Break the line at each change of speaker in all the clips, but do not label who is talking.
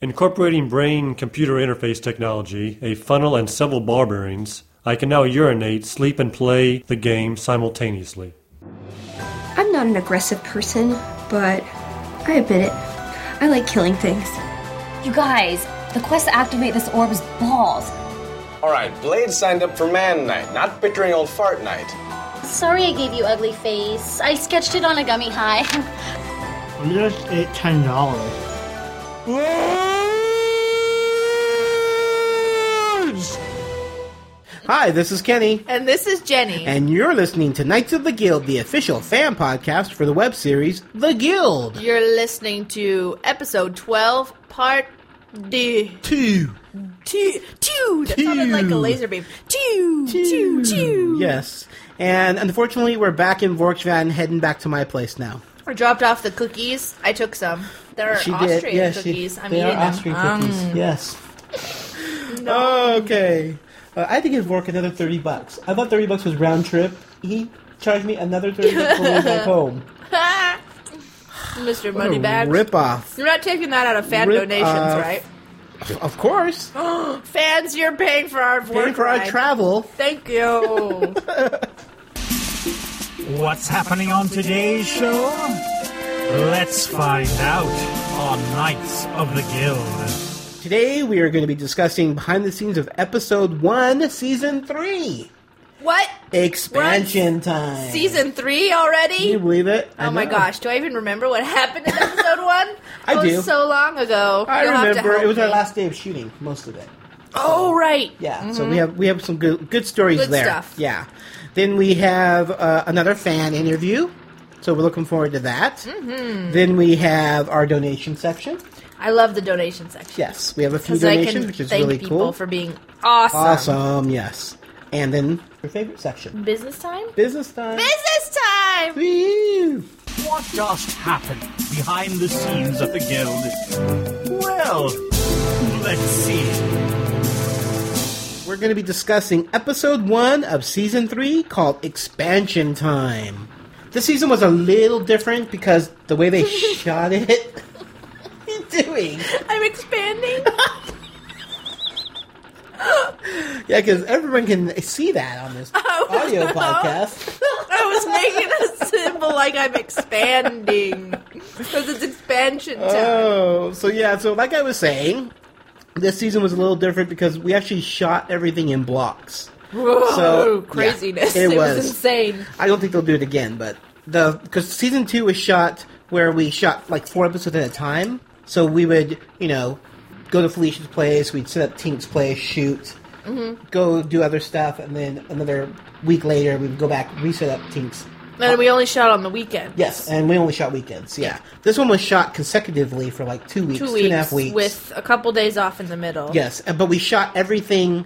Incorporating brain computer interface technology, a funnel, and several ball bearings, I can now urinate, sleep, and play the game simultaneously.
I'm not an aggressive person, but I admit it. I like killing things.
You guys, the quest to activate this orb is balls.
Alright, Blade signed up for Man Night, not bickering old fart night.
Sorry I gave you ugly face. I sketched it on a gummy high.
I'm just at ten dollars.
Hi, this is Kenny,
And this is Jenny.
and you're listening to Knights of the Guild, the official fan podcast for the web series The Guild.
You're listening to episode 12, part D.
Two.
Two. Two. That sounded like a laser beam. Two. Two. Two.
Yes. And unfortunately, we're back in Vorkshvan, heading back to my place now.
I dropped off the cookies. I took some. They're
She
Austrian
did. Yes, she-
cookies. um, I'm
they
eating
are Austrian
them.
cookies. Yes. Okay. Uh, I think it'd work another thirty bucks. I thought thirty bucks was round trip. He charged me another thirty bucks for going back home.
Ah. Mr. Moneybags.
Rip off.
You're not taking that out of fan
Rip
donations,
off.
right?
Of course.
Oh, Fans, you're paying for our work
Paying for our
ride.
travel.
Thank you.
What's happening on today's show? Let's find out on Knights of the Guild.
Today we are going to be discussing behind the scenes of episode one, season three.
what?
Eh. Expansion time.
Season three already?
Can you believe it? I
Oh my
know.
gosh, do I even remember what happened in episode one?
I
it was
do.
so long ago.
I
You'll have to
remember
help
it was our
me.
last day of shooting, most of it.
Oh right.
Yeah, so we have we have some good good stories
Good
there.
stuff.
Yeah, then we have uh, another fan interview, so we're looking forward to that.
Mm-hmm.
Then we have our donation section.
I love the donation section.
Yes, we have a few
Because I
donations,
can
which is
thank
really
people
cool.
for being awesome.
awesome, yes. And then your favorite section,
Business time?
business time.
Business time!
Woo!
What just happened behind the scenes of the Guild? Well, let's see.
We're going to be discussing episode one of season three called Expansion Time. This season was a little different because the way they shot it. What are you doing?
I'm expanding.
Yeah, because everyone can see that on this
was-
audio podcast.
I was making a symbol like I'm expanding. Because it's expansion time.
Oh, so yeah, so like I was saying, this season was a little different because we actually shot everything in blocks.
Whoa,
so, yeah,
craziness.
it
it, was.
was.
insane.
I don't think they'll do it again, but the because season two was shot where we shot like four episodes at a time. So we would, you know, go to Felicia's place, we'd set up Tink's place, shoot,
Mm-hmm.
go do other stuff, and then another week later we'd go back, reset up Tink's.
And we only shot on the weekend.
Yes, and we only shot weekends. Yeah, this one was shot consecutively for like two weeks,
Two
two,
weeks,
and a half weeks.
with a couple days off in the middle.
yes, and- but we shot everything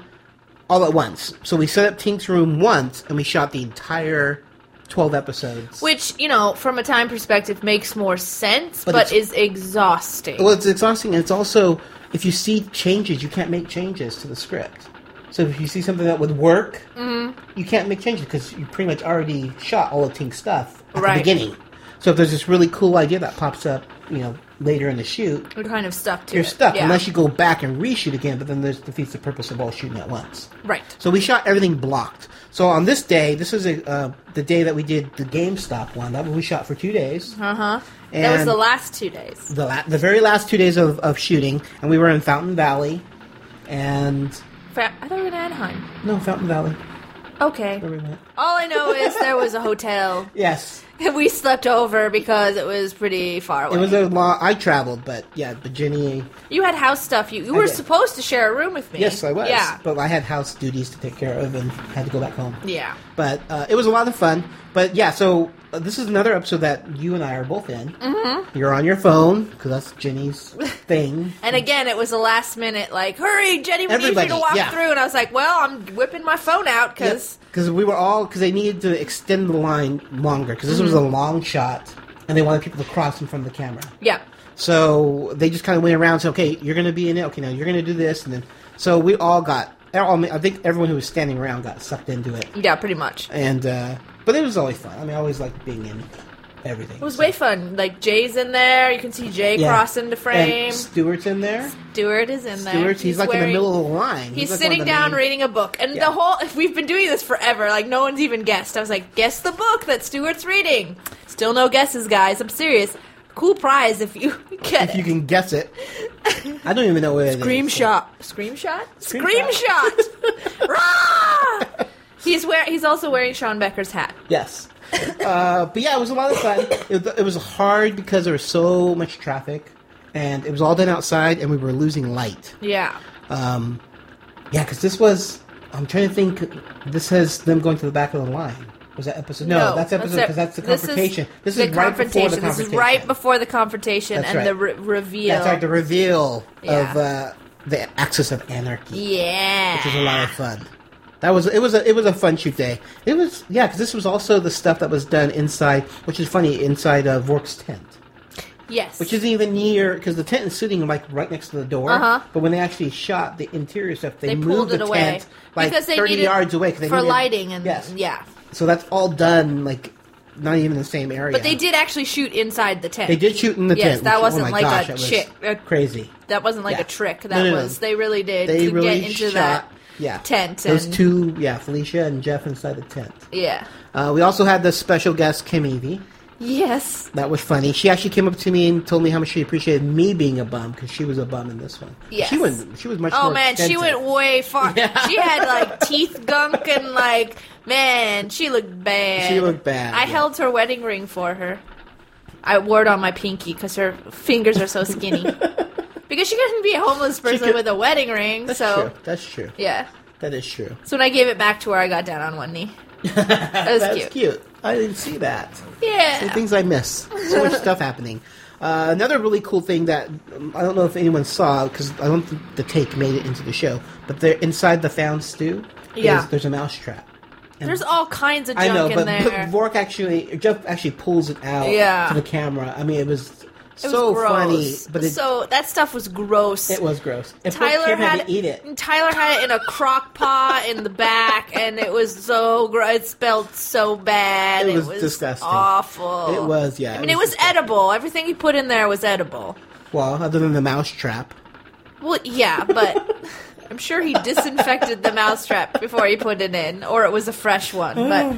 all at once. So we set up Tink's room once, and we shot the entire twelve episodes.
Which, you know, from a time perspective makes more sense,
But
but,
it's-
is exhausting.
Well, it's exhausting, and it's also if you see changes, you can't make changes to the script. So if you see something that would work,
Mm-hmm.
you can't make changes because you pretty much already shot all of Tink's stuff at
Right.
the beginning. So if there's this really cool idea that pops up, you know, later in the shoot,
We're kind of stuck to
you're
it.
stuck
Yeah.
unless you go back and reshoot again. But then this defeats the purpose of all shooting at once.
Right.
So we shot everything blocked. So on this day, this is a, uh, the day that we did the GameStop one. That one we shot for two days.
Uh huh. That was
And-
the last two days.
the la- the very last two days of, of shooting, and we were in Fountain Valley, and
Fra- I thought we were in Anaheim.
no Fountain Valley.
Okay.
Where we went.
All I know is there was a hotel.
Yes,
And we slept over because it was pretty far away.
it was a long. I traveled, but yeah, but Jenny.
you had house stuff. You, you were
did.
supposed to share a room with me.
Yes, I was.
Yeah.
but I had house duties to take care of and had to go back home.
yeah.
But uh, it was a lot of fun. But yeah, so uh, this is another episode that you and I are both in. Mm-hmm. You're on your phone because that's Jenny's thing.
And again, it was a last minute, like, hurry, Jenny, we need
Everybody,
you to walk
yeah.
through. And I was like, well, I'm whipping my phone out because.
because we were all because they needed to extend the line longer because this was
Mm-hmm.
a long shot and they wanted people to cross in front of the camera.
Yeah.
So they just kind of went around and said, okay, you're going to be in it. Okay, now you're going to do this. And then, so we all got, all- I think everyone who was standing around got sucked into it.
Yeah, pretty much.
And, uh, but it was always fun. I mean, I always liked being in everything.
It was way fun. Like Jay's in there. You can see Jay
Yeah.
cross into frame.
And Stewart's in there.
Stewart is in there.
Stewart's he's, like in the
wearing-
middle of the line. like,
He's,
one
sitting
of the
down
main-
reading a book, and
Yeah.
the whole if we've been doing this forever. Like no one's even guessed. I was like, guess the book that Stewart's reading. Still no guesses, guys. I'm serious. Cool prize if you get
If
it.
you can guess it, I don't even know what it is.
Scream shot. Scream shot. Scream shot. Rah! He's wear. He's also wearing Sean Becker's hat.
Yes. Uh, but yeah, it was a lot of fun. It, was- it was hard because there was so much traffic, and it was all done outside, and we were losing light.
Yeah.
Um, yeah, because this was. I'm trying to think. This has them going to the back of the line. Was that episode? No, that's episode
it.
because that's the
This is
confrontation. This is,
the
right before the
confrontation.
confrontation.
This is right before the confrontation
That's
and
right.
the re- reveal.
That's right, the reveal
Yeah.
of uh, the Axis of Anarchy,
yeah.
which was a lot of fun. That was it was a it was a fun shoot day. It was yeah, because this was also the stuff that was done inside, which is funny, inside uh, Vork's tent.
yes.
which isn't even near because the tent is sitting like right next to the door.
Uh-huh.
But when they actually shot the interior stuff, they,
they
moved
pulled
the
it away
tent like
because they
thirty
needed
yards away 'cause they
for
needed-
lighting and
yes,
yeah.
So that's all done like not even in the same area.
But they did actually shoot inside the tent.
They did shoot in the
yes,
tent.
that
which- oh
wasn't
my
like
gosh,
a
that was
chick. a-
Crazy.
That wasn't like
Yeah.
a trick. That
No, no, no.
was they really did
They
to
really
get into
shot.
that
yeah.
tent
Those
and-
two, yeah, Felicia and Jeff inside the tent.
Yeah.
Uh, we also had the special guest Kim Evie.
Yes.
That was funny. She actually came up to me and told me how much she appreciated me being a bum because she was a bum in this one.
Yes.
She went. She was much.
Oh
more
man, she
extensive.
went way far. She had like teeth gunk and like man, she looked bad.
She looked bad,
I
yeah.
held her wedding ring for her. I wore it on my pinky because her fingers are so skinny. because she couldn't be a homeless person
could-
with a wedding ring,
That's
so
true. That's true.
yeah.
That is true.
So when I gave it back to her, I got down on one knee. That was
That's
cute.
cute. I didn't see that. The
Yeah.
things I miss. So much stuff happening. Uh, another really cool thing that um, I don't know if anyone saw because I don't think the take made it into the show, but they're inside the found stew.
Yeah.
is- there's a mousetrap.
There's all kinds of
I
junk
know,
in
but,
there.
but Vork actually, Jeff actually pulls it out
Yeah.
to the camera. I mean, it was
It was
so
gross.
funny, but it,
so that stuff was gross.
it was gross. And poor
Tyler
Kim
had,
to eat it.
Tyler had it in a crock pot in the back, and it was so gross. It smelled so bad.
It was disgusting.
Awful.
It was, yeah,
I
it
mean, it
was
was, edible. Everything he put in there was edible.
Well, other than the mousetrap.
Well, yeah, but I'm sure he disinfected the mousetrap before he put it in, or it was a fresh one. But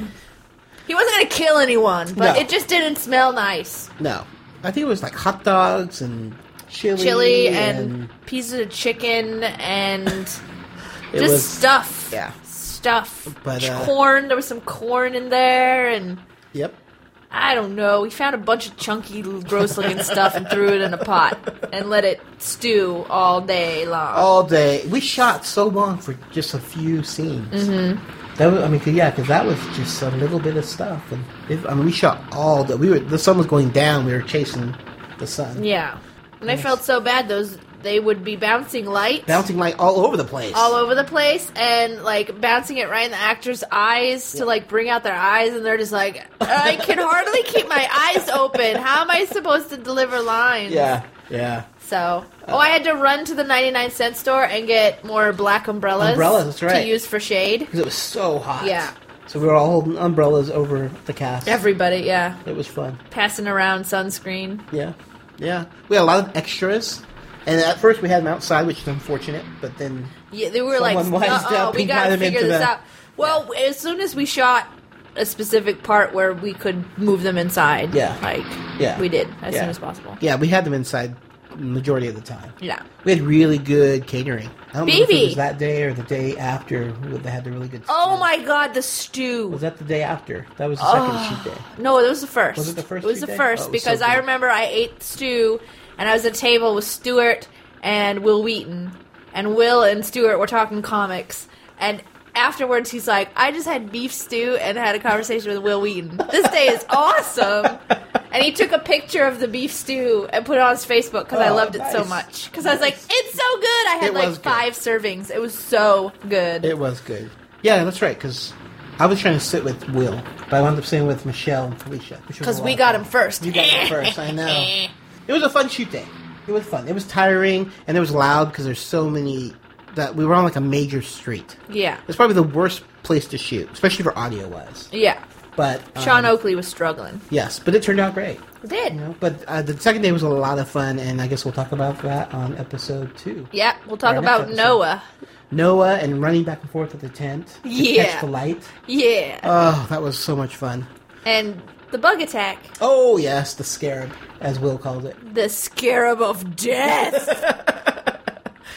he wasn't going to kill anyone. But
No.
it just didn't smell nice.
No, I think it was like hot dogs and chili,
Chili and pieces of chicken and.
it
just
was-
stuff.
yeah.
Stuff.
But, uh,
corn. There was some corn in there, and
Yep.
I don't know. We found a bunch of chunky, l- gross-looking stuff and threw it in a pot and let it stew all day long.
all day. We shot so long for just a few scenes. Mm-hmm. That was, I mean, 'cause- yeah, because that was just a little bit of stuff, and it, I mean, we shot all the. We were the sun was going down. We were chasing the sun.
Yeah, and I felt so bad. Those they would be bouncing lights
bouncing light all over the place.
all over the place and like bouncing it right in the actors' eyes to like bring out their eyes, and they're just like, I can hardly keep my eyes open. How am I supposed to deliver lines?
Yeah, yeah.
So, oh, I had to run to the 99 cent store and get more black umbrellas.
Umbrellas, that's right.
To use for shade.
Because it was so hot.
Yeah.
So we were all holding umbrellas over the cast.
Everybody, yeah.
it was fun.
Passing around sunscreen.
Yeah, yeah. We had a lot of extras, and at first we had them outside, which is unfortunate. But then
Yeah, they were
Someone
like,
wised
oh,
up
we
and
gotta
got them
figure
into
this
the-
out. Well, as soon as we shot a specific part where we could move them inside,
Yeah.
like,
Yeah.
we did as
Yeah.
soon as possible.
yeah, we had them inside majority of the time.
Yeah.
We had really good catering. I don't know if
Baby.
it was that day or the day after they had the really good.
Oh
stew.
my god, the stew.
Was that the day after? That was the
Ah.
second shoot day.
No, it was the first.
Was it the first
It was
cheat
the
day?
first
Oh, it was
because
so
I
good.
remember I ate stew, and I was at a table with Stuart and Will Wheaton, and Will and Stuart were talking comics, and afterwards he's like, "I just had beef stew and had a conversation with Will Wheaton. This day is awesome." And he took a picture of the beef stew and put it on his Facebook because I
Oh,
loved it so
nice.
much. Because I was like, "It's so good!" I had
It was good.
like five servings. It was so good.
It was good. Yeah, that's right. Because I was trying to sit with Will, but I wound up sitting with Michelle and Felicia.
because we got him first.
You got him first. I know. It was a fun shoot day. It was fun. It was tiring and it was loud because there's so many that we were on like a major street.
Yeah.
It's probably the worst place to shoot, especially for audio wise.
Yeah.
But um,
Sean Oakley was struggling.
yes, but it turned out great.
It did.
You know, but uh, the second day was a lot of fun, and I guess we'll talk about that on episode two.
Yeah, we'll talk
Our next
about
episode.
Noah.
Noah and running back and forth at the tent. to
Yeah.
catch the light.
Yeah.
Oh, that was so much fun.
and the bug attack.
Oh yes, the scarab, as Will called it.
The scarab of death.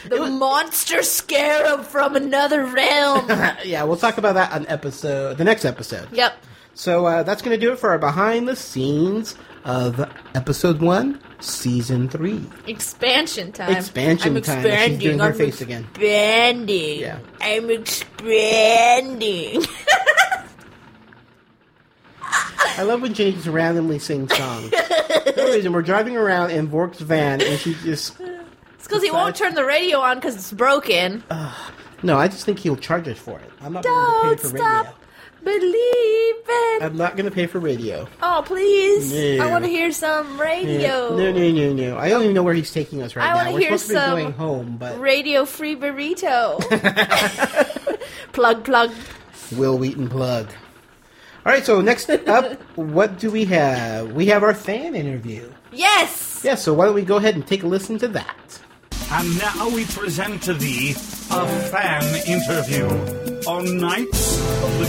the monster scarab from another realm.
yeah, we'll talk about that on episode, the next episode.
yep.
So uh, that's going to do it for our behind the scenes of episode one, season three.
Expansion time.
Expansion
I'm
time. She's
Expanding.
doing her
I'm
face again.
Expanding.
Yeah.
I'm expanding.
I love when Jenny just randomly sings songs. For no reason, we're driving around in Vork's van, and she just
it's because he won't turn the radio on because it's broken.
no. I just think he'll charge us for it. I'm not going to pay
Don't
for radio. Um,
stop believing.
I'm not going to pay for radio.
oh, please.
No.
I want to hear some radio.
No, no, no, no. I don't even know where he's taking us right
I
now.
wanna
We're
hear
supposed to be
some
going home, but
Radio free burrito. plug, plug.
Will Wheaton plug. All right, so next up, what do we have? We have our fan interview.
Yes.
Yeah, so why don't we go ahead and take a listen to that?
And now we present to thee a fan interview on Knights of the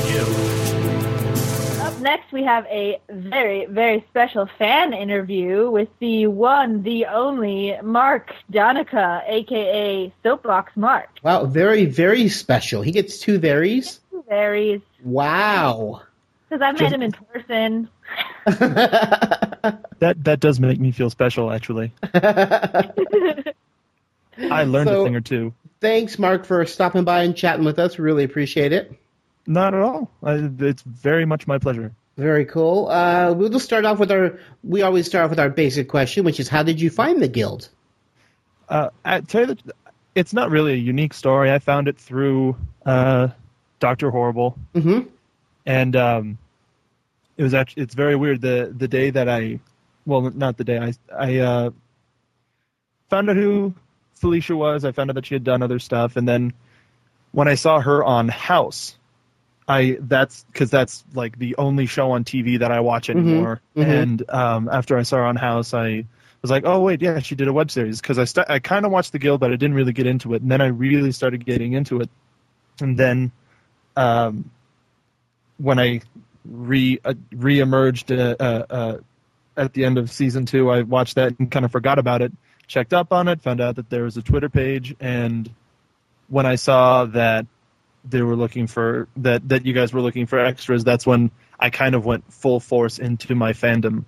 Guild.
Up next, we have a very, very special fan interview with the one, the only Mark Donica, aka Soapbox Mark.
Wow, very, very special. He gets two veries.
Varies
Wow.
because I met him in person.
That that does make me feel special, actually. I learned
So-
a thing or two.
Thanks, Mark, for stopping by and chatting with us. Really appreciate it.
Not at all. I, it's very much my pleasure.
Very cool. Uh, we'll just start off with our. We always start off with our basic question, which is, how did you find the guild?
Uh, I tell you, the, it's not really a unique story. I found it through uh, Doctor Horrible, mm-hmm. and um, it was actually it's very weird. the The day that I, well, not the day I I uh, found out who Felicia was. I found out that she had done other stuff, and then when I saw her on House, I that's because that's like the only show on TV that I watch anymore. And um, after I saw her on House, I was like, oh wait, yeah, she did a web series because I st- I kind of watched The Guild, but I didn't really get into it. And then I really started getting into it, and then um, when I re uh, reemerged uh, uh, uh, at the end of season two, I watched that and kind of forgot about it. Checked up on it, found out that there was a Twitter page, and when I saw that they were looking for that that you guys were looking for extras, that's when I kind of went full force into my fandom.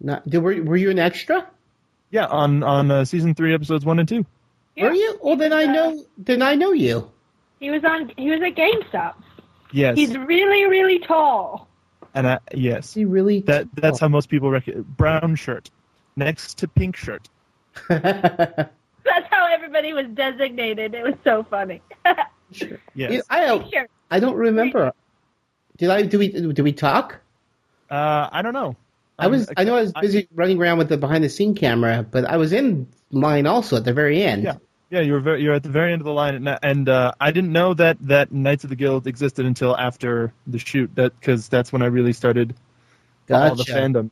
Not, did, were, were you an extra?
Yeah, on on uh, season three, episodes one and two.
Were you? Well, then I know. Then I know you.
He was on. He was at GameStop.
Yes,
He's really, really tall.
and I, yes,
He really.
that that's how most people recognize brown shirt next to pink shirt.
That's how everybody was designated. It was so funny.
Yes,
You know, I don't.
Sure.
I don't remember. Did I? Do we? Do we talk?
uh, I don't know.
I was.
Um,
I know I was busy running around with the behind the scene camera, but I was in line also at the very end.
Yeah, yeah, you were very, you're at the very end of the line, and, and uh, I didn't know that that Knights of the Guild existed until after the shoot. That because that's when I really started all the
Gotcha.
fandom.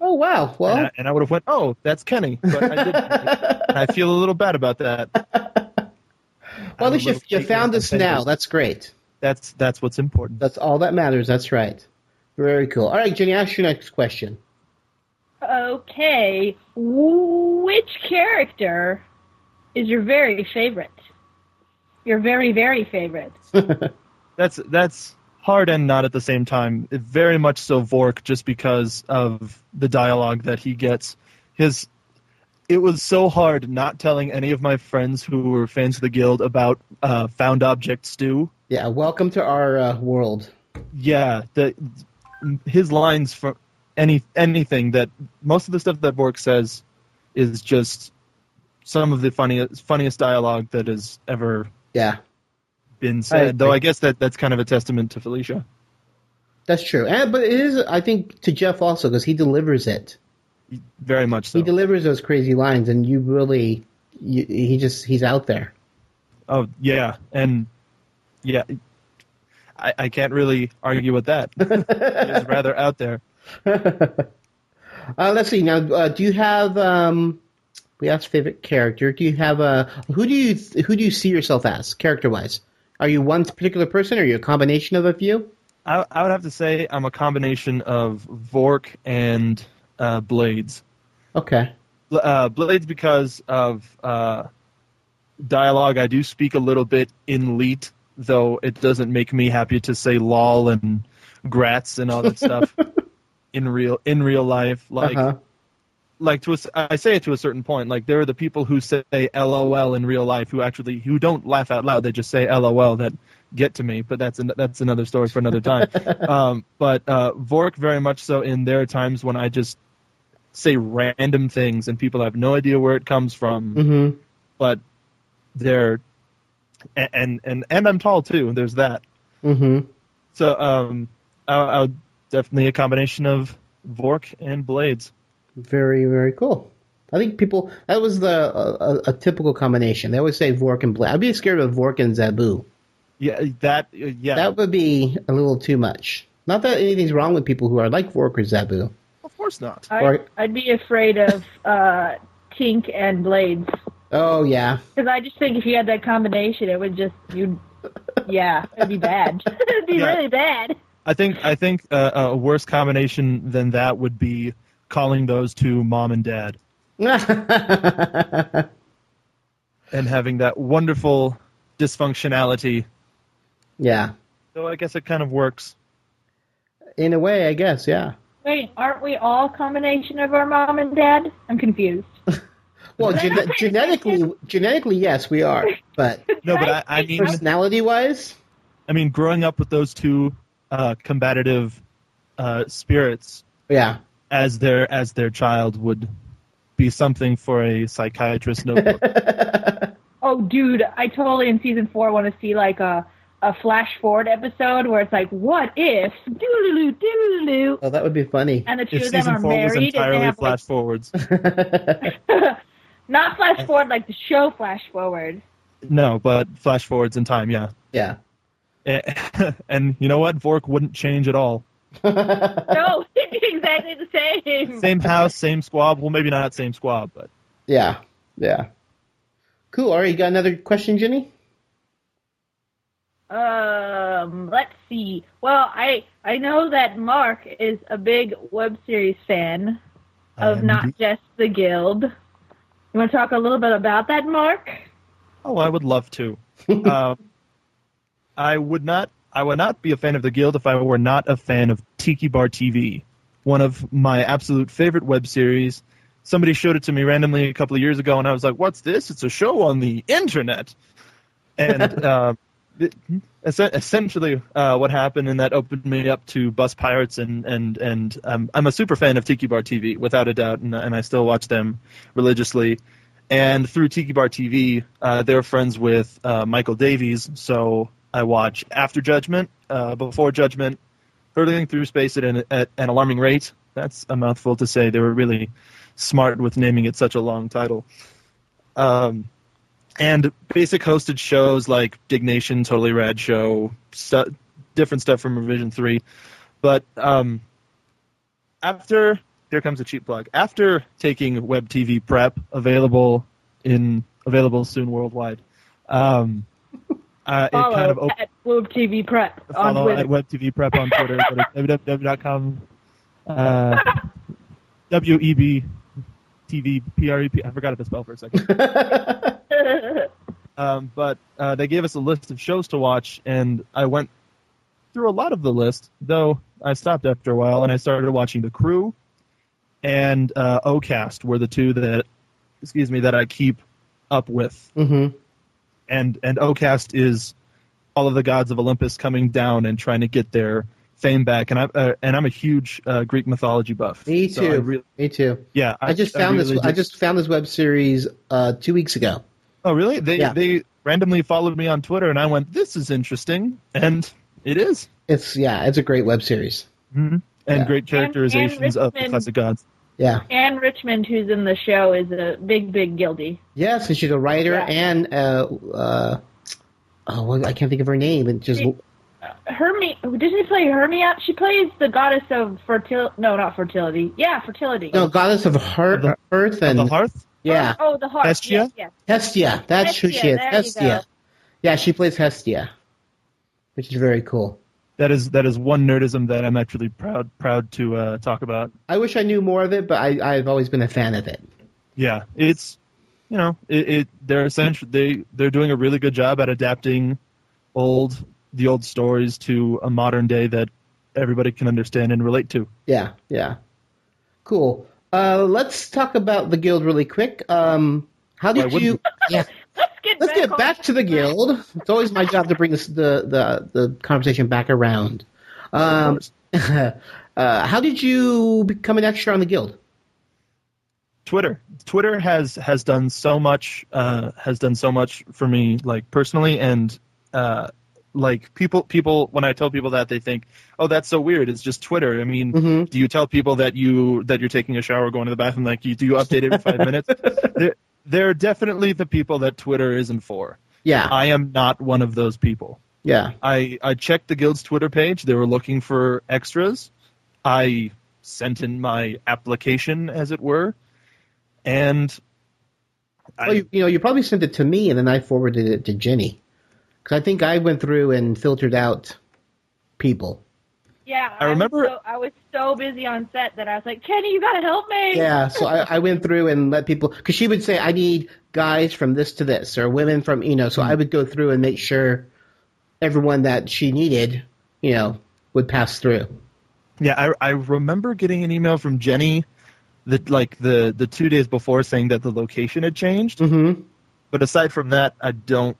Oh wow. Well,
and I, and I would have went, "Oh, that's Kenny," but I didn't. And I feel a little bad about that.
well,
I'm
at least
a
you,
little
you
shaken
found
and
us now.
offended.
That's great.
That's that's what's important.
That's all that matters. That's right. Very cool. All right, Jenny, ask your next question.
Okay, which character is your very favorite? Your very, very favorite.
that's that's hard and not at the same time. It- very much so Vork, just because of the dialogue that he gets. His it was so hard not telling any of my friends who were fans of the guild about uh, found object stew.
Yeah, welcome to our uh, world.
Yeah, the his lines for any anything that most of the stuff that Vork says is just some of the funniest funniest dialogue that has ever
Yeah,
been said.
agree.
Though I guess that that's kind of a testament to Felicia.
that's true. And but it is, I think, to Jeff also because he delivers it.
Very much so.
He delivers those crazy lines, and you really, you, he just he's out there.
Oh yeah, and yeah, I, I can't really argue with that. it's rather out there.
Uh, let's see. Now, uh, do you have? Um, we asked favorite character. Do you have a who do you who do you see yourself as character wise? Are you one particular person? Or are you a combination of a few?
I, I would have to say I'm a combination of Vork and uh, Blades.
Okay.
Bl- Uh, Blades because of uh, dialogue. I do speak a little bit in Leet, though it doesn't make me happy to say lol and grats and all that stuff in real in real life. Like
Uh-huh.
like to a s I say it to a certain point. Like there are the people who say LOL in real life who actually who don't laugh out loud. They just say LOL that get to me. But that's an, that's another story for another time. um, but uh, Vork very much so. In there are times when I just say random things and people have no idea where it comes from.
Mm-hmm.
But they're a- and and and I'm tall too. There's that.
Mm-hmm.
So um, I, I would definitely a combination of Vork and Blades.
Very very cool. I think people that was the a, a, a typical combination. They always say Vork and Bla I'd be scared of Vork and Zabu.
Yeah, that yeah.
That would be a little too much. Not that anything's wrong with people who are like Vork or Zabu.
Of course not.
I,
Or-
I'd be afraid of uh, Tink and Blades
Oh yeah.
because I just think if you had that combination, it would just you. Yeah, it'd be bad. it'd be
Yeah.
really bad.
I think I think uh, a worse combination than that would be calling those two mom and dad and having that wonderful dysfunctionality.
yeah.
So I guess it kind of works.
In a way, I guess, yeah.
Wait, aren't we all a combination of our mom and dad? I'm confused.
Well, gen- genetically, genetically, yes, we are. But
No, but I, I mean
personality wise,
I mean growing up with those two uh, combative uh, spirits
yeah,
as their as their child would be something for a psychiatrist notebook.
Oh, dude, I totally in season four want to see like a a flash forward episode where it's like, what if doo doo doo
well, that would be funny.
and the two
if
of them
season
are
four was
married and they
entirely
have
flash forwards,
like not flash forward like the show flash forward.
no, but flash forwards in time, yeah.
yeah,
Eh, and you know what? Vork wouldn't change at all.
No, exactly the same.
Same house, same squab. Well, maybe not same squab, but
yeah, yeah. Cool. All right, you got another question, Jenny?
Um, let's see. Well, I I know that Mark is a big web series fan of
am
not
indeed.
just the Guild. You want to talk a little bit about that, Mark?
oh, I would love to. um, I would not. I would not be a fan of the guild if I were not a fan of Tiki Bar TV, one of my absolute favorite web series. Somebody showed it to me randomly a couple of years ago, and I was like, "What's this? It's a show on the internet." And uh, it- es- essentially, uh, what happened and that opened me up to Bus Pirates, and and and um, I'm a super fan of Tiki Bar TV without a doubt, and, and I still watch them religiously. and through Tiki Bar TV, uh, they're friends with uh, Michael Davies. So I watch After Judgment, uh, Before Judgment, Hurtling Through Space at an, at an alarming rate. That's a mouthful to say. They were really smart with naming it such a long title. Um, and basic hosted shows like Dignation, Totally Rad Show, stu- different stuff from Revision 3. But um, after here comes a cheap plug. After taking web TV prep, available in available soon worldwide, um, uh, it
Follow
kind of opened
at Woob TV Prep on
follow
Twitter.
at Web TV Prep on Twitter. go to www.com. Uh, W E B T V P R E P. I forgot how to spell for a second. Um, but uh, they gave us a list of shows to watch, and I went through a lot of the list, though I stopped after a while, and I started watching The Crew and uh, OCast were the two that, excuse me, that I keep up with
Mm-hmm.
and and Ocast is all of the gods of Olympus coming down and trying to get their fame back. And I uh, and I'm a huge uh, Greek mythology buff.
Me
So I
too.
really-
Me too.
yeah,
I just found
really
this.
do-
I just found this web series uh, two weeks ago.
Oh, really? They
Yeah.
they randomly followed me on Twitter, and I went, "This is interesting," and it is.
It's yeah, it's a great web series.
And
Mm-hmm. Yeah.
great characterizations of the
Richmond-
classic gods.
Yeah.
Anne Richmond, who's in the show, is a big, big guilty.
Yes, and she's a writer
Yeah.
and uh, uh, oh, well, I can't think of her name. It just
She- Hermi didn't she play Hermia? She plays the goddess of fertility. No, not fertility. Yeah, fertility.
No, goddess of hearth, the hearth and
the hearth.
Yeah,
Oh, the heart.
Hestia?
Yes,
Hestia. That's who she
Hestia,
is.
there you
Hestia.
go.
Yeah, she plays Hestia, which is very cool.
That is that is one nerdism that I'm actually proud proud to uh, talk about.
I wish I knew more of it, but I, I've always been a fan of it.
Yeah, it's you know it, it they're essentially they they're doing a really good job at adapting old the old stories to a modern day that everybody can understand and relate to.
Yeah, yeah. Cool. Uh, let's talk about the guild really quick. Um, how did
wouldn't
you? Yeah.
Let's get
Let's
back
get
on-
back to the guild. It's always my job to bring this, the, the the conversation back around. Um, uh, how did you become an extra on the guild?
Twitter. Twitter has has done so much uh, has done so much for me, like personally, and uh, like people people when I tell people that they think, oh, that's so weird. It's just Twitter. I mean,
Mhm.
do you tell people that you that you're taking a shower, going to the bathroom, like you do you update every five minutes? They're, they're definitely the people that Twitter isn't for.
Yeah,
I am not one of those people.
yeah,
I, I checked the guild's Twitter page. They were looking for extras. I sent in my application, as it were, and I,
well, you, you know, you probably sent it to me, and then I forwarded it to Jenny because I think I went through and filtered out people.
Yeah,
I remember-
Was so, I was so busy on set that I was like, Kenny, you gotta help me.
Yeah, so I, I went through and let people because she would say, "I need guys from this to this or women from you know." So
Mm-hmm.
I would go through and make sure everyone that she needed, you know, would pass through.
yeah, I, I remember getting an email from Jenny, that like the the two days before, saying that the location had changed.
Mm-hmm.
But aside from that, I don't,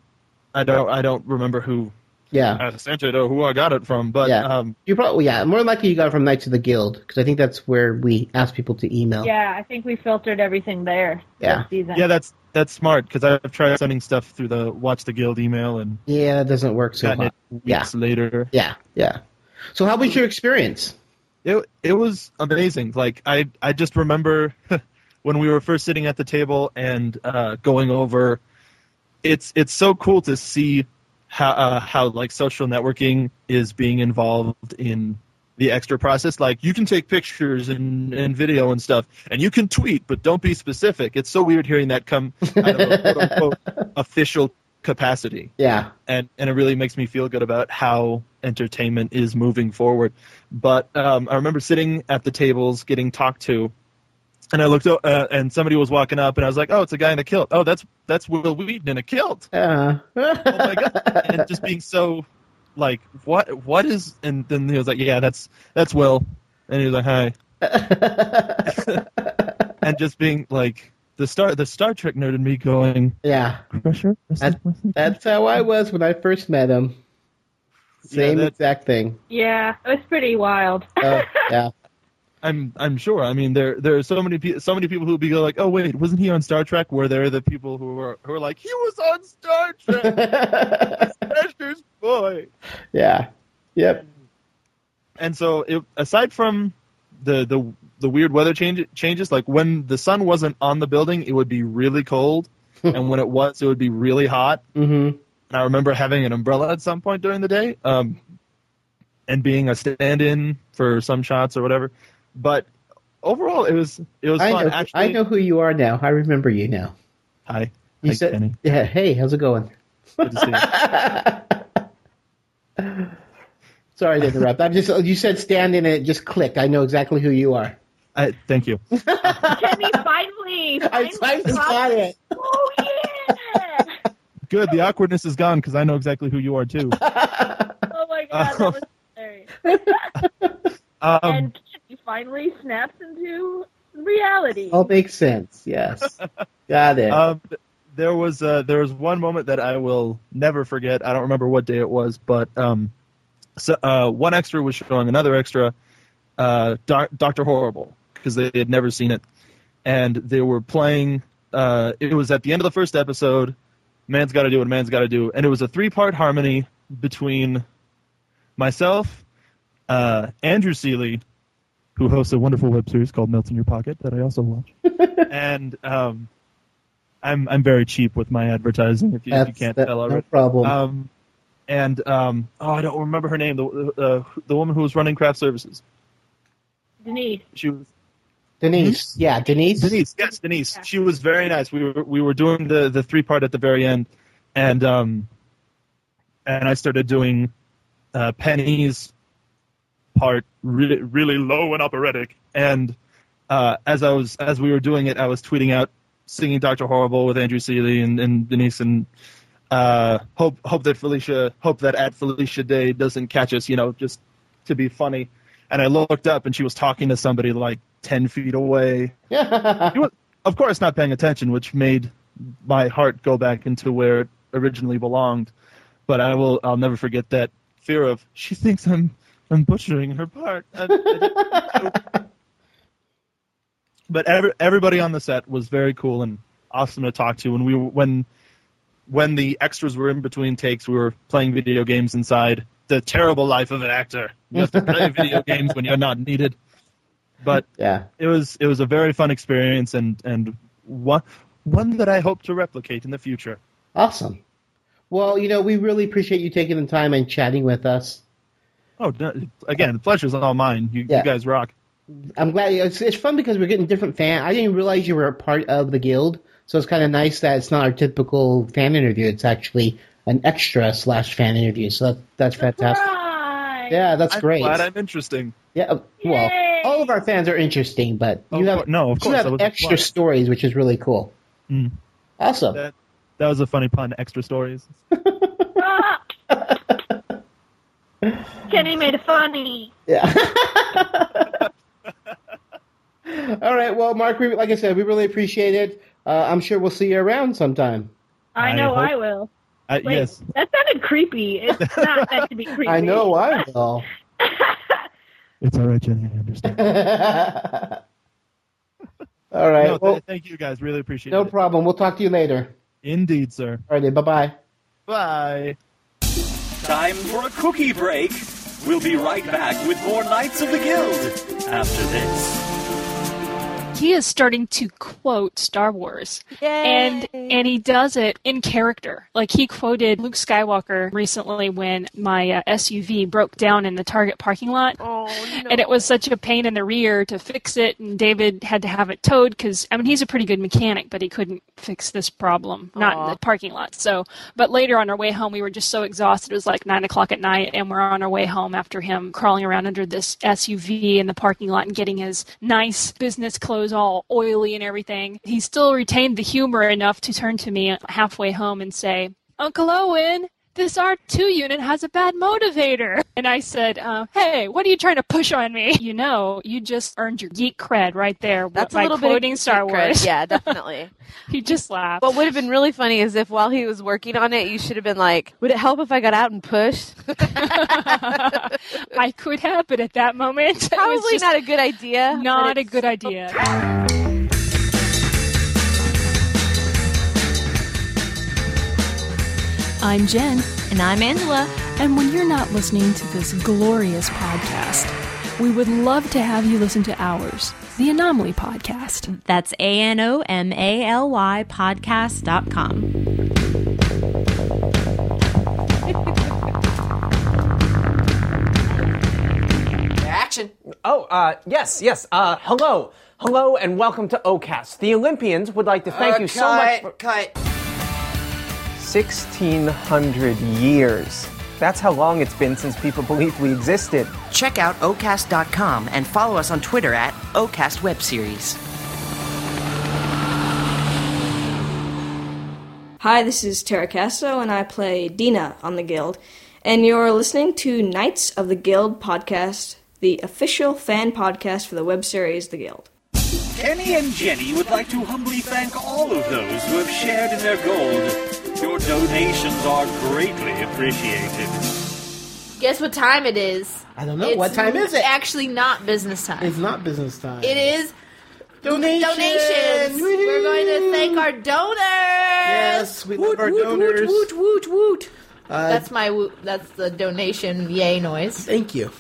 I don't, I don't remember who
Yeah,
I sent it or who I got it from. Uh, But
Yeah.
um,
you probably yeah more than likely you got it from Knights of the Guild because I think that's where we ask people to email.
Yeah, I think we filtered everything there. this
Yeah.
season.
yeah, that's that's smart because I've tried sending stuff through the Watch the Guild email and
Yeah, that doesn't work so
gotten
much.
it weeks later.
Yeah, yeah. So how was your experience?
It it was amazing. Like I I just remember when we were first sitting at the table and uh, going over. It's it's so cool to see how uh, how like social networking is being involved in the extra process. Like you can take pictures and, and video and stuff, and you can tweet, but don't be specific. It's so weird hearing that come out of a quote unquote official capacity
Yeah,
and and it really makes me feel good about how entertainment is moving forward. But um, I remember sitting at the tables getting talked to, and I looked o- uh, and somebody was walking up, and I was like, "Oh, it's a guy in a kilt. Oh, that's that's Will Wheaton in a kilt.
uh,
Oh my god!" and just being so like, "What? What is?" And then he was like, "Yeah, that's that's Will," and he was like, "Hi," and just being like. The Star the Star Trek nerd in me going
yeah.
Crusher.
That- That's how I was when I first met him. Same
that-
exact thing.
Yeah, it was pretty wild.
Oh, yeah.
I'm I'm sure. I mean, there there are so many pe- so many people who be like, oh wait, wasn't he on Star Trek? Where there are the people who are who are like, he was on Star Trek, Esther's boy.
yeah. Yep.
And so, it, aside from the the the weird weather change, changes, like when the sun wasn't on the building, it would be really cold, and when it was, it would be really hot.
Mm-hmm.
And I remember having an umbrella at some point during the day, um, and being a stand-in for some shots or whatever. But overall, it was it was
I
fun.
know.
Actually,
I know who you are now. I remember you now.
Hi.
You
Hi,
said,
Kenny.
"Yeah, hey, how's it going?"
Good to see you.
Sorry to interrupt. I'm just. You said stand in and it just clicked. I know exactly who you are.
I, thank you.
Kenny finally,
I finally got it.
Oh yeah!
Good. The awkwardness is gone because I know exactly who you are too.
Oh my god, that was hilarious.
Um,
and Kenny finally snaps into reality.
All makes sense. Yes. Got it.
um, there was uh, there was one moment that I will never forget. I don't remember what day it was, but um, so, uh, one extra was showing another extra, uh, Doctor Horrible, because they had never seen it, and they were playing. Uh, it was at the end of the first episode. Man's got to do what a man's got to do, and it was a three-part harmony between myself, uh, Andrew Seeley, who hosts a wonderful web series called Melts in Your Pocket that I also watch, and um, I'm I'm very cheap with my advertising if you, if you
That's-
can't
that-
tell
no
already.
problem.
Um, and um, oh, I don't remember her name. The uh, the woman who was running craft services.
Denise.
She was
Denise. Yeah, Denise.
Denise. Yes, Denise. She was very nice. We were we were doing the the three part at the very end, and um, and I started doing uh, Penny's part really really low and operatic. And uh, as I was as we were doing it, I was tweeting out singing Doctor Horrible with Andrew Seeley and, and Denise and uh, hope hope that Felicia hope that at Felicia Day doesn't catch us. You know, just to be funny. And I looked up, and she was talking to somebody like ten feet away. She was, of course, not paying attention, which made my heart go back into where it originally belonged. But I will I'll never forget that fear of she thinks I'm I'm butchering her part. I- I- but every, everybody on the set was very cool and awesome to talk to. And we were- when when the extras were in between takes, we were playing video games inside. The terrible life of an actor. You have to play video games when you're not needed. But
yeah,
it was it was a very fun experience and and one one that I hope to replicate in the future.
Awesome. Well, you know, we really appreciate you taking the time and chatting with us.
Oh, d- again, the pleasure's all mine. You, you guys rock.
I'm glad it's, it's fun because we're getting different fan. I didn't realize you were a part of the guild, so it's kind of nice that it's not our typical fan interview. It's actually an extra slash fan interview. So that, that's fantastic. Yeah, that's
I'm
great.
Glad I'm interesting.
Yeah, uh, well, all of our fans are interesting, but you have
no, Oh, of course,
you
that
have
was a
extra
plus.
stories, which is really cool.
Mm.
Awesome.
That, that was a funny pun. Extra stories.
Ah. Kenny made it funny.
All right, well, Mark, we, like I said, we really appreciate it. Uh, I'm sure we'll see you around sometime.
I
I
know
hope-
I will.
I,
Wait, That sounded creepy. It's not meant to be creepy.
I know I will.
It's all right, Jenny. I understand.
All right.
No, th-
well,
thank you guys. Really appreciate
no
it.
problem. We'll talk to you later.
Indeed, sir.
All right, bye bye.
Bye.
Time for a cookie break. We'll be right back with more Knights of the Guild after this.
He is starting to quote Star Wars. And and he does it in character. Like he quoted Luke Skywalker recently when my uh, SUV broke down in the Target parking lot. And it was such a pain in the rear to fix it and David had to have it towed cuz I mean he's a pretty good mechanic but he couldn't fix this problem not in
Aw.
the parking lot. So but later on our way home we were just so exhausted it was like nine o'clock at night and we're on our way home after him crawling around under this SUV in the parking lot and getting his nice business clothes all oily and everything. He still retained the humor enough to turn to me halfway home and say, Uncle Owen, this R2 unit has a bad motivator. And I said, uh, Hey, what are you trying to push on me? You know, you just earned your geek cred right there
That's a
by
little bit of
quoting
geek
Star
cred.
Wars.
Yeah, definitely.
he just laughed.
What would have been really funny is if while he was working on it, you should have been like, "Would it help if I got out and pushed?"
I could have, but at that moment, it was
probably
just
not a good idea.
not
but
a
it's-
good idea. I'm Jen.
And I'm Angela.
And when you're not listening to this glorious podcast, we would love to have you listen to ours, the Anomaly Podcast.
That's A N O M A L Y podcast.com.
Action. Oh, uh, yes, yes. Uh, hello. Hello and welcome to OCAST. The Olympians would like to thank
Uh,
you so much
cut,
for. Cut. 1,600 years. That's how long it's been since people believed we existed.
Check out ocast.com and follow us on Twitter at ocast web series.
Hi, this is Tara Casso, and I play Dina on the Guild. And you're listening to Knights of the Guild podcast, the official fan podcast for the web series The Guild.
Kenny and Jenny would like to humbly thank all of those who have shared in their gold. Your donations are greatly appreciated.
Guess what time it is?
I don't know. What time is it?
Actually, not business time.
It's not business time.
It is
Donations!
donations. We're going to thank our donors.
Yes, we love our donors.
Woot woot woot. woot.
Uh,
that's my woot. That's the donation yay noise.
Thank you.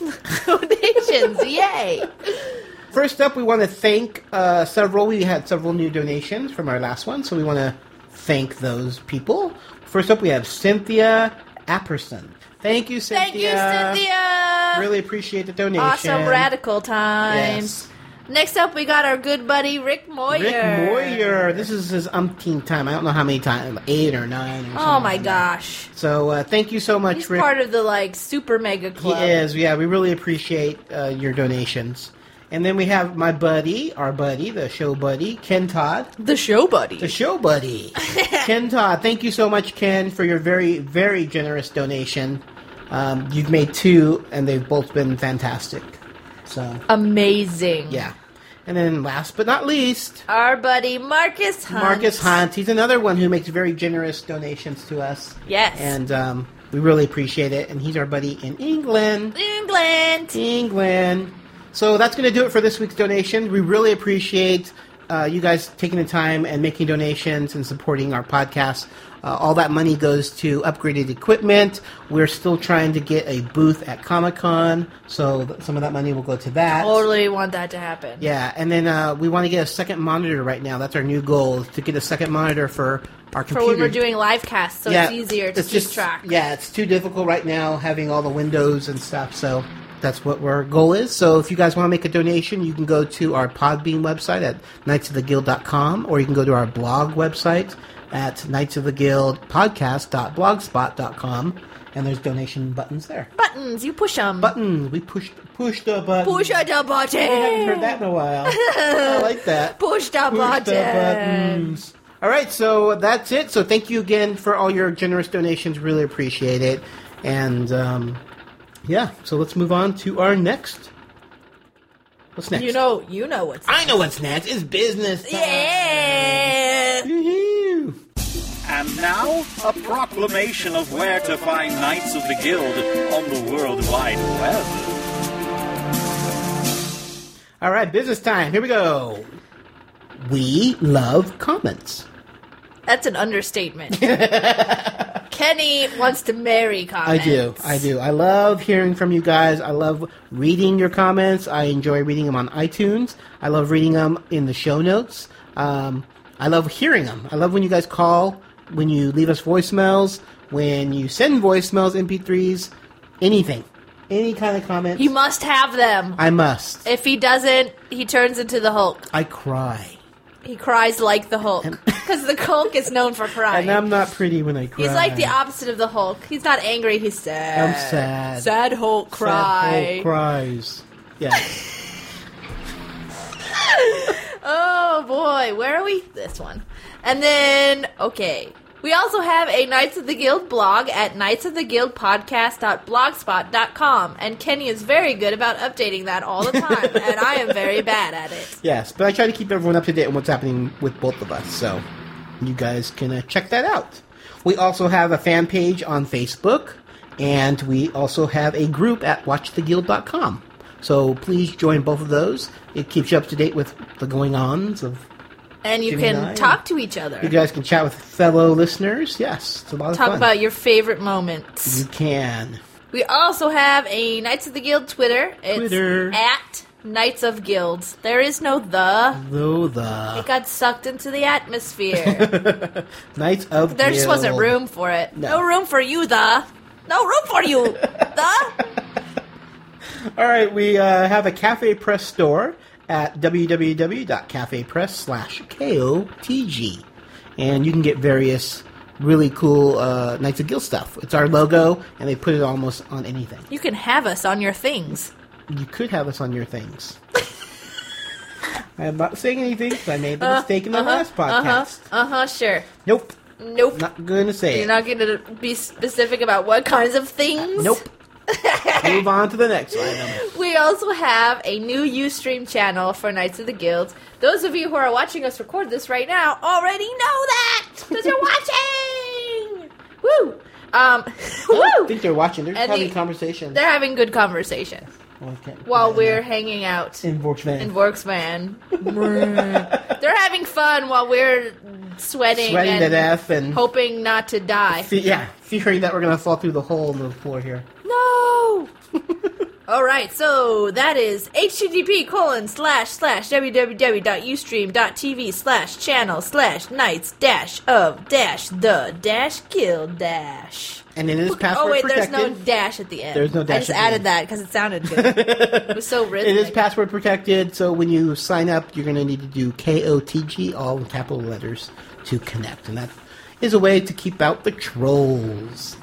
Donations yay.
First up, we want to thank uh, several. We had several new donations from our last one, so we want to thank those people. First up, we have Cynthia, Apperson. Thank you, Cynthia.
Thank you, Cynthia.
Really appreciate the donation.
Awesome radical times. Next up, we got our good buddy Rick Moyer.
Rick Moyer. This is his umpteen time. I don't know how many times, eight or nine. Or
Oh
something
my
like that.
gosh.
So uh, thank you so much,
Oh. He's
Um, Rick.
part of the like super mega
He
club.
is. Yeah, we really appreciate uh, your donations. And then we have my buddy, our buddy, the show buddy, Ken Todd.
The show buddy.
The show buddy. Ken Todd, thank you so much, Ken, for your very, very generous donation. Um, you've made two, and they've both been fantastic. So,
Oh. Amazing.
yeah. And then last but not least,
Our buddy Marcus Hunt.
Marcus Hunt. He's another one who makes very generous donations to us.
Yes.
And um, we really appreciate it. And he's our buddy in England.
England.
England. So that's going to do it for this week's donation. We really appreciate uh, you guys taking the time and making donations and supporting our podcast. Uh, all that money goes to upgraded equipment. We're still trying to get a booth at Comic Con, so th- some of that money will go to that.
Totally want that to happen.
Yeah, and then uh, we want to get a second monitor right now. That's our new goal is to get a second monitor for our
For
computer.
when we're doing live casts, so
Yeah,
it's easier to
it's
keep
just-
track.
Yeah, it's too difficult right now having all the windows and stuff. So that's what our goal is. So if you guys want to make a donation, you can go to our Podbean website at knightsoftheguild.com or you can go to our blog website at knightsoftheguildpodcast.blogspot.com and there's donation buttons there.
Buttons, you push them.
Buttons, we push push the button.
Push the button.
We haven't heard that in a while. I like that.
Push the
Push the buttons. All right, so that's it. So thank you again for all your generous donations. Really appreciate it. And um, yeah, so let's move on to our next. What's next?
You know, you know what's.
I know what's next. It's business. Time.
Yeah.
And now, a proclamation of where to find Knights of the Guild on the World Wide Web.
All right, business time. Here we go. We love comments.
That's an understatement. Kenny wants to marry
I
comments.
do. I do. I love hearing from you guys. I love reading your comments. I enjoy reading them on iTunes. I love reading them in the show notes. Um, I love hearing them. I love when you guys call, when you leave us voicemails, when you send voicemails, MP3s, anything. Any kind of comment.
He must have them.
I must.
If he doesn't, he turns into the Hulk.
I cry.
He cries like the Hulk because the Hulk is known for crying.
And I'm not pretty when I cry.
He's like the opposite of the Hulk. He's not angry. He's sad.
I'm sad.
Sad Hulk
Sad
cry.
Hulk cries. Yeah.
oh boy, where are we? This one. And then, okay. We also have a Knights of the Guild blog at knightsoftheguildpodcast.blogspot.com, and Kenny is very good about updating that all the time, and I am very bad at it.
Yes, but I try to keep everyone up to date on what's happening with both of us, so you guys can uh, check that out. We also have a fan page on Facebook, and we also have a group at watchtheguild.com. So please join both of those. It keeps you up to date with the going ons of.
And you
Jimmy
can
and I-
talk to each other.
You guys can chat with fellow listeners. Yes, it's a lot of
talk
fun.
about your favorite moment.
you can.
We also have a Knights of the Guild Twitter. It's
Twitter.
at Knights of Guilds. There is no the.
Though
It
the
got sucked into the atmosphere.
Knights of
There just wasn't
Guild.
room for it.
No.
No, room for you, the. No room for you, the.
All right, we uh, have a Cafe Press store at www.cafepress slash KOTG. And you can get various really cool uh, Knights of Guild stuff. It's our logo, and they put it almost on anything.
You can have us on your things.
You could have us on your things. I am not saying anything 'cause I made the
Uh,
mistake in the
uh-huh,
last podcast.
Uh huh. Uh-huh, sure.
Nope.
Nope.
Not going to say
You're
it.
not going to be specific about what kinds of things.
Nope. Move on to the next item.
We also have a new UStream channel for Knights of the Guild. Those of you who are watching us record this right now already know that because you're watching. Woo! Um,
I Oh, think they're watching. They're just
And
having Oh,
the-
conversations.
they're having good conversation
Okay.
while we're hanging out
In Vorkman.
in Vorksman. they're having fun while we're sweating,
Sweating
and
to death and-
hoping not to die.
Fe- yeah, fearing that we're gonna fall through the hole in the floor here.
No. All right, so that is http colon slash slash www.ustream.tv slash channel slash nights dash of dash the dash kill dash.
And it is password
oh wait,
protected.
there's no dash at the end.
There's no dash
I just
at the
added
end.
that because it sounded good. it was so
It
rhythmic.
is password protected, so when you sign up, you're going to need to do KOTG, all in capital letters, to connect. And that is a way to keep out the trolls.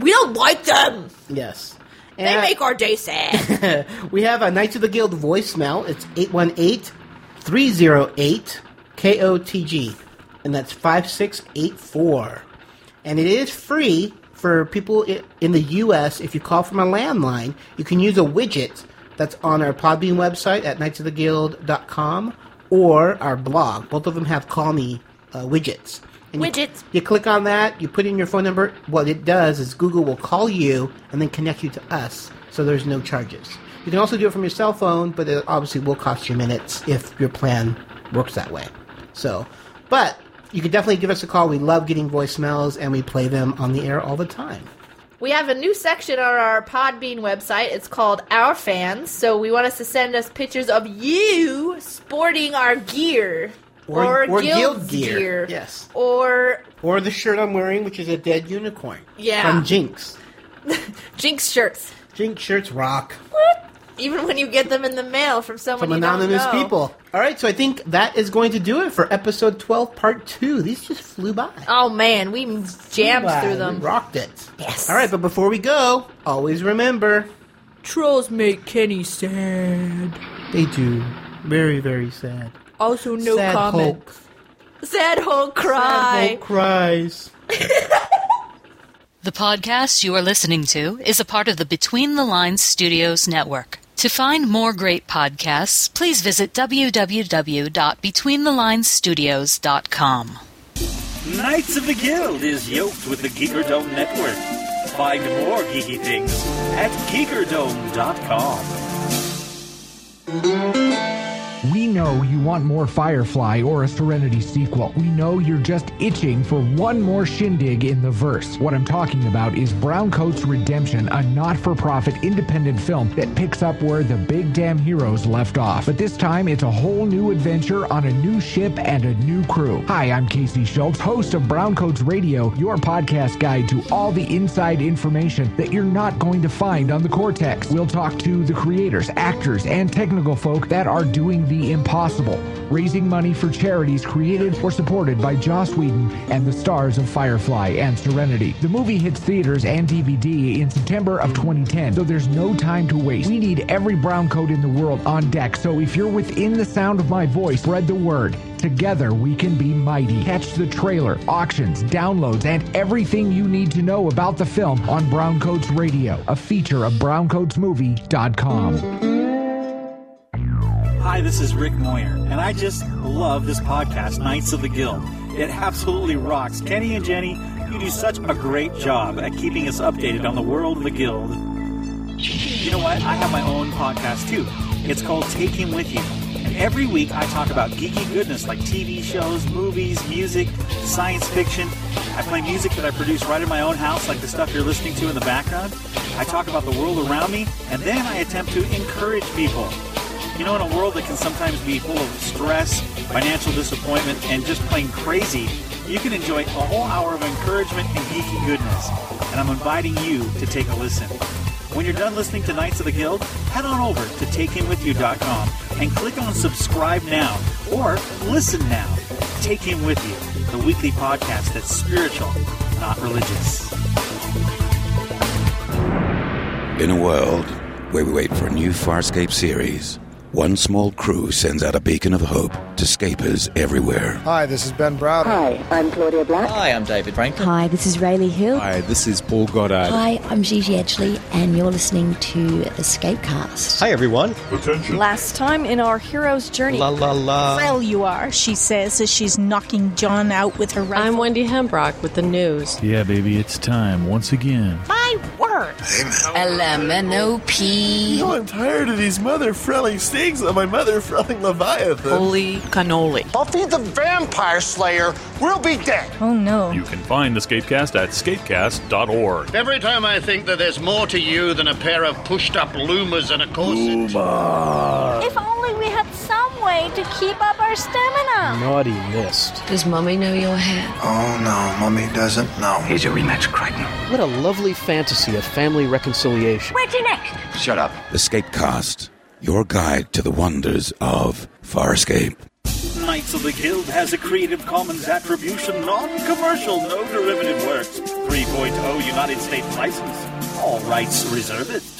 we don't like them.
Yes.
they
And-
make our day sad.
we have a Knights of the Guild voicemail. It's 818 308 KOTG. And that's 5684. And it is free for people i- in the U.S. If you call from a landline, you can use a widget that's on our Podbean website at knightsoftheguild.com or our blog. Both of them have call me uh, widgets. And you-
Widgets.
You, click on that, you put in your phone number. What it does is Google will call you and then connect you to us, so there's no charges. You can also do it from your cell phone, but it obviously will cost you minutes if your plan works that way. So, but you can definitely give us a call. We love getting voicemails and we play them on the air all the time.
We have a new section on our Podbean website. It's called Our Fans. So we want us to send us pictures of you sporting our gear
Or- or
guild's
guild gear. Yes.
Or
Or the shirt I'm wearing, which is a dead unicorn.
Yeah.
From Jinx.
Jinx shirts.
Jinx shirts rock.
Even when you get them in the mail from someone
From
you don't
anonymous
know.
people. All right, so I think that is going to do it for episode 12, part two. These just flew by.
Oh man, we jammed
Wow,
through
we
them.
rocked it. Yes. All right, but before we go, always remember
Trolls make Kenny sad.
they do very, very sad.
Also, no
sad
comment.
Hulk.
Sad Hulk cry.
Hulk cries.
The podcast you are listening to is a part of the Between the Lines Studios network. To find more great podcasts, please visit www.betweenthelines.studios.com.
Knights of the Guild is yoked with the Geekerdome Network. Find more geeky things at geekerdome.com.
We know you want more Firefly or a Serenity sequel. We know you're just itching for one more shindig in the verse. What I'm talking about is Browncoat's Redemption, a not for profit independent film that picks up where the big damn heroes left off. But this time, it's a whole new adventure on a new ship and a new crew. Hi, I'm Casey Schultz, host of Browncoats Radio, your podcast guide to all the inside information that you're not going to find on the Cortex. We'll talk to the creators, actors, and technical folk that are doing the impossible, raising money for charities created or supported by Joss Whedon and the stars of Firefly and Serenity. The movie hits theaters and DVD in September of 2010, so there's no time to waste. We need every brown coat in the world on deck, so if you're within the sound of my voice, spread the word. Together we can be mighty. Catch the trailer, auctions, downloads, and everything you need to know about the film on Browncoats Radio, a feature of browncoatsmovie.com.
Hi, this is Rick Moyer, and I just love this podcast, Knights of the Guild. It absolutely rocks. Kenny and Jenny, you do such a great job at keeping us updated on the world of the Guild. You know what? I have my own podcast too. It's called Take Him With You. And every week I talk about geeky goodness like TV shows, movies, music, science fiction. I play music that I produce right in my own house, like the stuff you're listening to in the background. I talk about the world around me, and then I attempt to encourage people. You know, in a world that can sometimes be full of stress, financial disappointment, and just plain crazy, you can enjoy a whole hour of encouragement and geeky goodness. And I'm inviting you to take a listen. When you're done listening to Knights of the Guild, head on over to takehimwithyou.com and click on subscribe now or listen now. Take Him With You, the weekly podcast that's spiritual, not religious.
In a world where we wait for a new Farscape series, one small crew sends out a beacon of hope to scapers everywhere.
Hi, this is Ben Browder. Hi, I'm Claudia Black. Hi, I'm David Franklin.
Hi, this is Rayleigh Hill.
Hi, this is Paul Goddard.
Hi, I'm Gigi Edgley, and you're listening to Escapecast.
Hi, everyone. Attention.
Last time in our hero's journey.
La la la.
Well, you are, she says as she's knocking John out with her rifle. I'm Wendy Hembrock with the news.
Yeah, baby, it's time once again
My
hurts. Amen. LMNOP.
No, I'm tired of these mother frelling snakes and my mother frelling Leviathan.
Holy cannoli.
Buffy the Vampire Slayer will be dead.
Oh no.
You can find the Scapecast at scapecast.org.
Every time I think that there's more to you than a pair of pushed up loomers and a corset.
If only we had some way to keep up our stamina.
Naughty mist.
Does Mummy know your hair?
Oh no, mummy doesn't know.
Here's your rematch, Crichton.
What a lovely fantasy of family reconciliation.
Where to next?
Shut up. Escapecast, your guide to the wonders of Farscape.
Knights of the Guild has a Creative Commons Attribution, non-commercial, no derivative works, 3.0 United States license. All rights reserved.